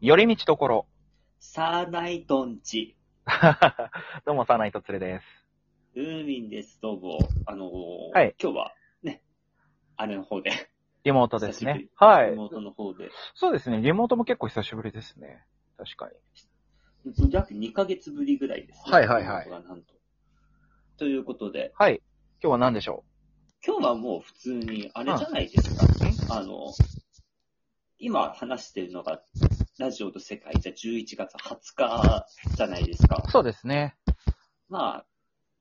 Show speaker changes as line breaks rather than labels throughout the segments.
寄り道ところ。
サーナイトンチ、
どうも、サーナイトツレです。
ウーミンです、どうも。あのー
はい
今日は、ね、あれの方で。
リモートです
久しぶ
ね
り。
はい。
妹の方で。
そうですね。リモートも結構久しぶりですね。確かに。
約2ヶ月ぶりぐらいです、ね。
はいはいはい
妹がなんと。ということで、
はい。今日は何でしょ
今日はもう普通に、あれじゃないですか。あの今話してるのが、ラジオと世界じゃ11月20日じゃないですか
う。そうですね。
まあ、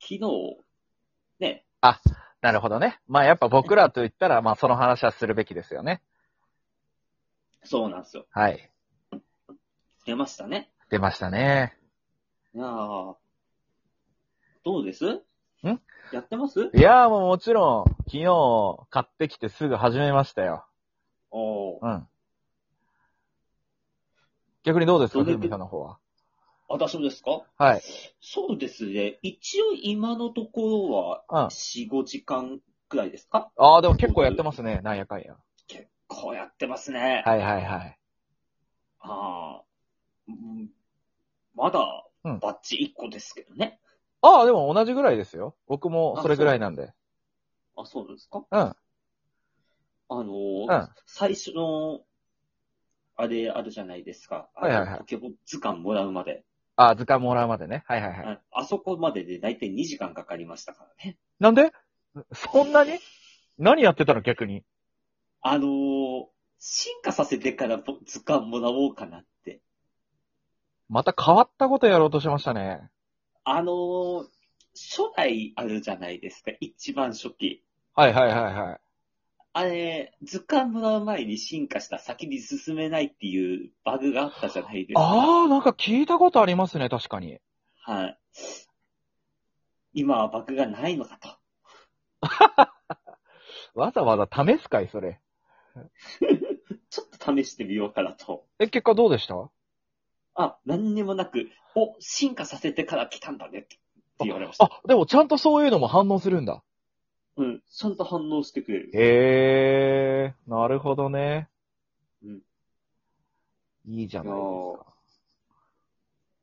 昨日、ね、
なるほどね。まあやっぱ僕らと言ったら、まあその話はするべきですよね。
そうなんですよ。
はい。
出ましたね。
出ましたね。
いやーどうです
ん
やってます
いやーもうもちろん、昨日買ってきてすぐ始めましたよ。
おー
うん。逆にどうですか、
どれ
ふ
く
みさんの方は。
私もですか
はい。
そうですね。一応今のところ
うん。あ
は4、5時間くらいですか
あー、でも結構やってますね。なんやかんや。
結構やってますね。
はいはいはい。
あーうんまだ
うん
バッチ1個ですけどね。
ああ、でも同じぐらいですよ。僕もそれぐらいなんで。
あ、そうですか
うん。
あの
う
ー
ん。あ
最初の、あれ、あるじゃないですか。あの
はいはいはい
ポケモン図鑑もらうまで。
あ、図鑑もらうまでね。はいはいはい。
ああそこまでで大体2時間かかりましたからね。
なんでそんなに何やってたの逆に。
あのー進化させてからぼ図鑑もらおうかなって。
また変わったことやろうとしましたね。
あのー初代あるじゃないですか、一番初期。
はいはいはいはい。
あれ、図鑑もらう前に進化した先に進めないっていうバグがあったじゃないですか。
ああ、なんか聞いたことありますね、確かに。
はい。今はバグがないのかと。
わざわざ試すかい、それ。
ちょっと試してみようかなと。
え、結果どうでした
あ、何にもなく、お、進化させてから来たんだねって言われました。
あ、でもちゃんとそういうのも反応するんだ。
うん、ちゃんと反応してくれる。
へえー、なるほどね。
うん。
いいじゃないですか。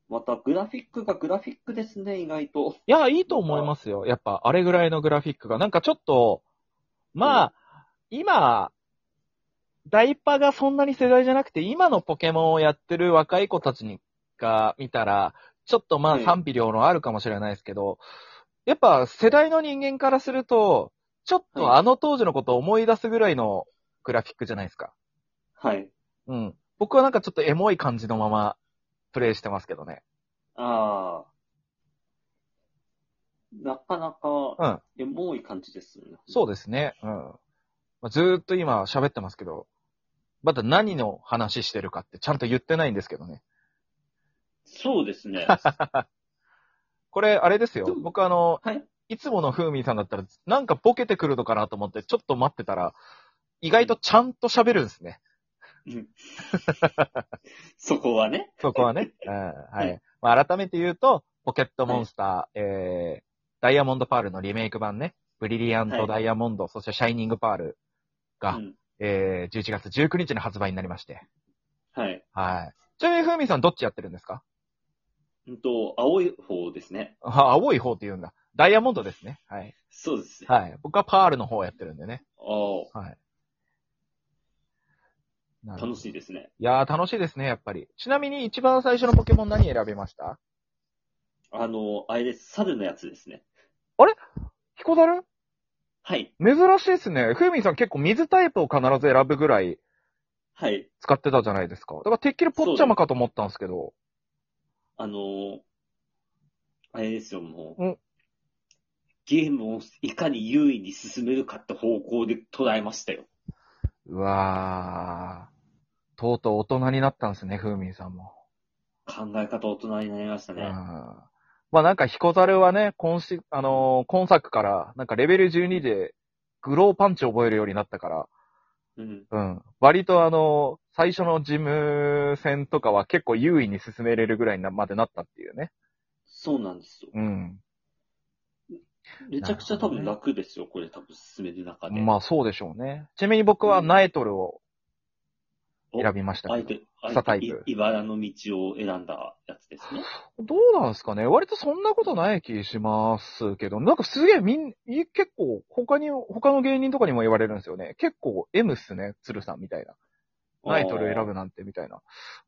また、グラフィックがグラフィックですね、意外と。
いや、いいと思いますよ。やっぱ、あれぐらいのグラフィックが。なんかちょっと、まあ、今、ダイパがそんなに世代じゃなくて、今のポケモンをやってる若い子たちにが見たら、ちょっとまあ
うん
賛否両論あるかもしれないですけど、やっぱ世代の人間からすると、ちょっ
う
と
ん
あの当時のことを思い出すぐらいのグラフィックじゃないですか。
はい。
うん。僕はなんかちょっとエモい感じのままプレイしてますけどね。
ああ。なかな
う
か、
ん。
エモい感じですよね。
そうですね。うん。まあずーっと今喋ってますけど、まだ何の話してるかってちゃんと言ってないんですけどね。
そうで すね。
これ、あれですよ
で。も
僕あの、
はい。
いつものふうみんさんだったら、なんかボケてくるのかなと思って、ちょっと待ってたら、意外とちゃんと喋るんですね。
そこはね。
そこは ね。うん。はい。まあ、改めて言うと、ポケットモンスター、えー、ダイヤモンドパールのリメイク版ね。ブリリアン
は
ト
い
ダイヤモンド、そしてシャイニングパールが、
うん
えー、11月19日に発売になりまして。
はい。
はい。ちなみに、ふうみんさんどっちやってるんですか
うんと、青い方ですね。
あ、青い方って言うんだ。ダイヤモンドですね。はい。
そうですね。あ
はい。僕はパールの方をやってるんでね。
あ
はい。なるほど
楽しいですね。
いやー、楽しいですね、やっぱり。ちなみに一番最初のポケモン何選びました
あの、あれです。猿のやつですね。
ヒコザル
はい。
珍しいですね。ふうみんさん結構水タイプを必ず選ぶぐらい
はい。
使ってたじゃないですか。だからてっきりポッチャマかと思ったんですけど。
あの、あれですよ、も
うん
う。ゲームをいかに優位に進めるかって方向で捉えましたよ。
うわー。とうとう大人になったんですね、ふうみんさんも。
考え方大人になりました
うん
ね。。
まあなんかヒコザルはね、今し、あのー今作から、なんかレベル12でグローパンチ覚えるようになったから、
うん。
うん。割とあの、最初の事務戦とかは結構優位に進めれるぐらいなまでなったっていうね。
そうなんですよ。
うん。
めちゃくちゃ多分楽ですよ、これ多分進める中で。
まあそうでしょうね。ちなみに僕はナエトルを選びました
あえ
けど。
て、あ
草タ
え
イ
て
プ、
い茨の道を選んだやつですね。
どうなんですかね割とそんなことない気しますけど、なんかすげえみん、い結構他に、他の芸人とかにも言われるんですよね。結構 M っすね、鶴さんみたいな。タイトル選ぶなんてみたいな。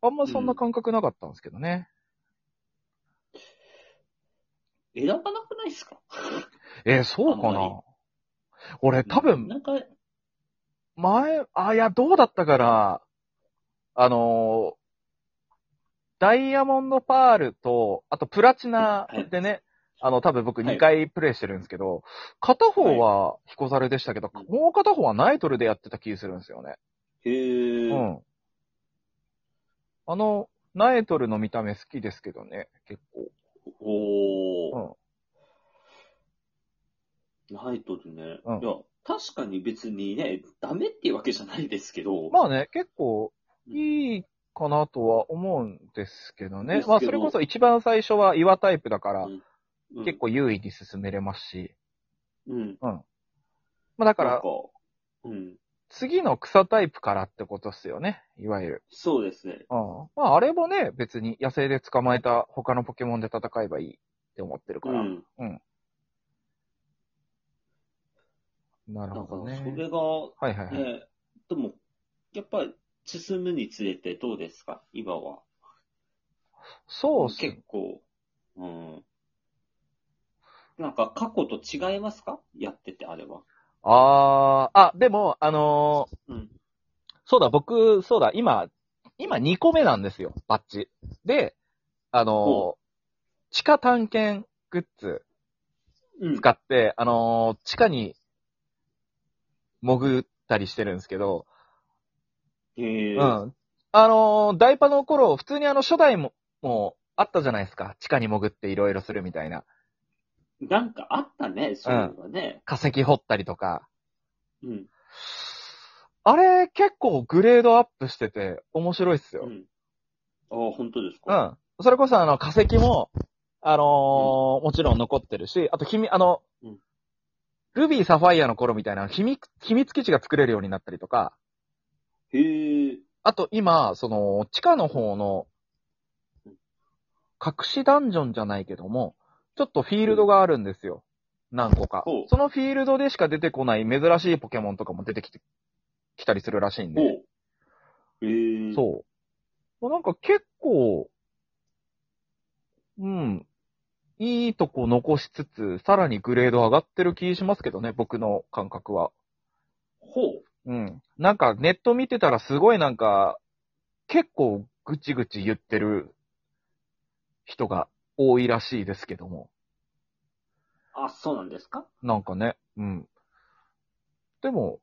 あんまそんな感覚なかったんですけどね。
選ばなくないですか
えーそうか
あんま
な俺多分、
なんか、
前、あ、いや、どうだったかなあのーダイヤモンドパールと、あとプラチナでね、あの、多分僕
はい
2回プレイしてるんですけど、片方は彦猿でしたけど、
うん
もう片方はナイトルでやってた気するんですよね。
へ
う
ー。
ん。あの、ナイトルの見た目好きですけどね、結構。
おー。ナイトルね。
うん
いや、確かに別にね、ダメっていうわけじゃないですけど。
まあね、結構いいかなとは思うんですけどね。
ですけど
まあそれこそ一番最初は岩タイプだから、
うん
結、構優位に進めれますし。
うん。
まあだか
なん
ら
か、、うん。
次の草タイプからってことっすよね。いわゆる。
そうですね。
うん。まああれもね、別に野生で捕まえた他のポケモンで戦えばいいって思ってるか
う
ら。
ん。
なる
だか
ほど
ら、
ね
そ。れが、
はいはいはい。
ね、でも、やっぱり、進むにつれてどうですか今は。
そうっす。
結構、うん。なんか、過去と違いますかやってて、あれは。
あー、あ、でも、あのー
うん。
そうだ、僕、そうだ、今、今2個目なんですよ、バッチ。で、あの
お
ー地下探検グッズ
うん。
使って、あのー地下に潜ったりしてるんですけど、
へえ。
うん。あのーダイパの頃、普通にあの、初代も、もう、あったじゃないですか。地下に潜っていろいろするみたいな。
なんかあったね、そういうのがね。
化石掘ったりとか。
うん。
あれ、結構グレードアップしてて、面白いっす
う
よ。
ん。ああ、本当です
う
か
ん。それこそあの、化石も、あのーもちろん残ってるし、あと、君、あの
うん、
ルビー、サファイアの頃みたいな秘密、秘密基地が作れるようになったりとか、
へえ。
あと今、その、地下の方の
うん、
隠しダンジョンじゃないけども、ちょっとフィールドがあるんですよ。何個か
ほう。
そのフィールドでしか出てこない珍しいポケモンとかも出てきて、きたりするらしいん
お
で。
へえ。う。
そう。なんか結構、うん、いいとこ残しつつ、さらにグレード上がってる気しますけどね、僕の感覚は。
ほう。
うん。なんかネット見てたらすごいなんか、結構ぐちぐち言ってる人が多いらしいですけども。
あ、そうなんですか
なんかね、うん。でも、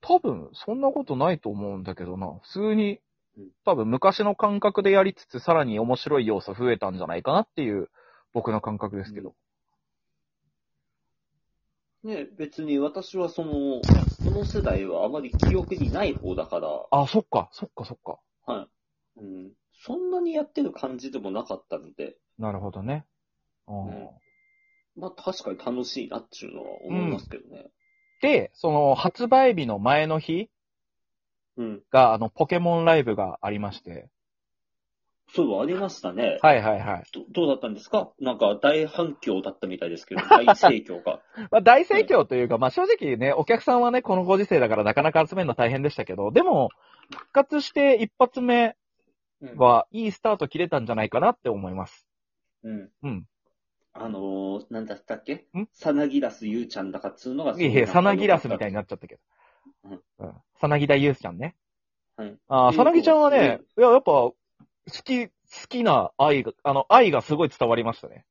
多分そんなことないと思うんだけどな。普通に
うん、
多分昔の感覚でやりつつ、さらに面白い要素増えたんじゃないかなっていう、僕の感覚ですけど。
ね、別に私はその、この世代はあまり記憶にない方だから、
あ、そっか、そっかそっか。
うん。そんなにやってる感じでもなかったので、
なるほどね。あー
うんまあ確かに楽しいなっていうのは思いますけどね。
で、その発売日の前の日
うん。
が、あの、ポケモンライブがありまして。
そういえばありましたね。
はいはいはい。
どどうだったんですかなんか大反響だったみたいで すけど、大盛況が。
まあ、大盛況というか、まあ正直ね、お客さんはね、このご時世だからなかなか集めるの大変でしたけど、でも、復活して一発目
うん
は、いいスタート切れたんじゃないかなって思います。
うん。
うん。
あのー、なんだったっけ
ん
サナギラスゆうちゃんだかっつうのが
いえいえ、サナギラスみたいに
な。
なっちゃったけ
うん
ど。うん。サナギダユースちゃんね。
はい。
ああ、サナギちゃんはね、いや、やっぱ、好き、好きな愛が、あの、愛がすごい伝わりましたね。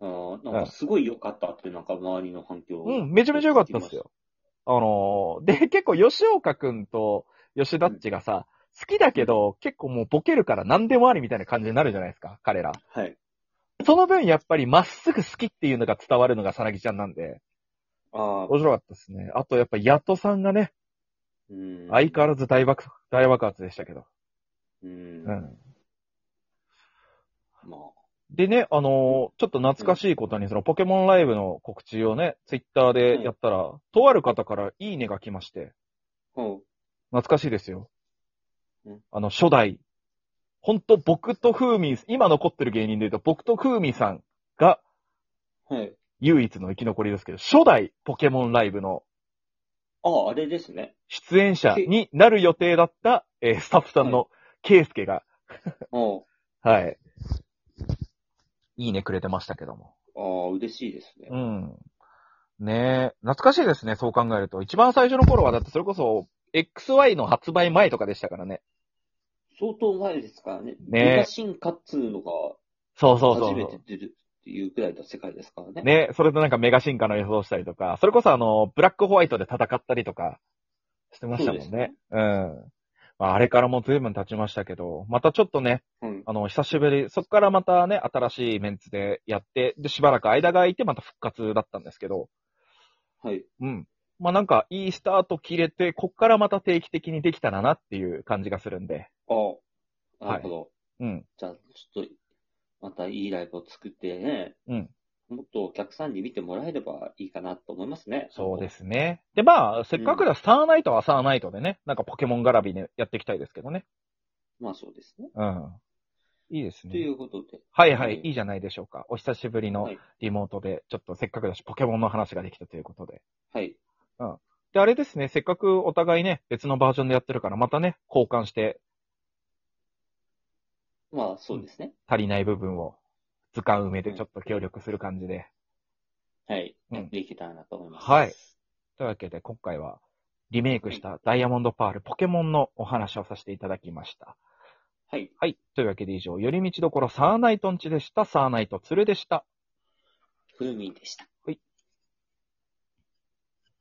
あーなんかすごい良かったって、なんか周りの反響。
うん、めちゃめちゃ良かったっすよ。。あのーで、結構吉岡くんと吉田っちがさ、好きだけど、結構もうボケるから何でもありみたいな感じになるじゃないですか、彼ら。
はい。
その分やっぱりまっすぐ好きっていうのが伝わるのがさなぎちゃんなんで、
ああ。
面白かったですね。あとやっぱヤトさんがね、
うん
相変わらず大爆、大爆発でしたけど。
うん。
うん。
まあ。
でね、あのーちょっと懐かしいことに、そのポケモンライブの告知をね、ツイッターでやったら、とある方からいいねが来まして、
ほ
懐かしいですよ。
うん
あの、初代、ほんと僕とフーミー、今残ってる芸人で言うと、僕とフーミーさんが
はい。
唯一の生き残りですけど、初代ポケモンライブの
ああ、あれですね。
出演者になる予定だった、えースタッフさんのケイスケが、
あ
はい。いいねくれてましたけども。
あ、ああ、嬉しいですね。
うん。ねえ、懐かしいですね、そう考えると。一番最初の頃は、だってそれこそ、XY の発売前とかでしたからね。
相当前ですからね。
ね
メガ進化っつうのが
そうそうそう。
初めて出るっていうくらいの世界ですからね。
ね、それとなんかメガ進化の予想したりとか、それこそあの、ブラックホワイトで戦ったりとか、してましたもん
そう
ね。
ですね
うん。まあ、あれからもう随分経ちましたけど、またちょっとね、
うん。
あの、久しぶり、そこからまたね、新しいメンツでやって、で、しばらく間が空いてまた復活だったんですけど、
はい。
うん。まあなんか、いいスタート切れて、こっからまた定期的にできたらなっていう感じがするんで、
ああ、なるほど。
うん。
じゃあ、ちょっと、またいいライブを作ってね、
うん。
もっとお客さんに見てもらえればいいかなと思いますね。。
そうですすね。で、まあ、せっかくだ、サーナイトはサーナイトでね、なんかポケモン絡みでやっていきたいですけどね。
まあそうですね。
うん。いいです
とい
ね。
うことで。
はいはい
うん、
いいじゃないでしょうか。お久しぶりの
はい
リモートで、ちょっとせっかくだし、ポケモンの話ができたということで。
はい。
で、あれですね、せっかくお互いね、別のバージョンでやってるから、またね、交換して
まあそうですね。
足りない部分を、図鑑埋めでちょっと協力する感じで。
はい。
うん
やっていけたらなと思います。
はい。というわけで、今回は、リメイクしたダイヤモンドパール、ポケモンのお話をさせていただきました。
はい。
はい。というわけで以上、寄り道どころサーナイトンチでした。サーナイトツルでした。
風味でした。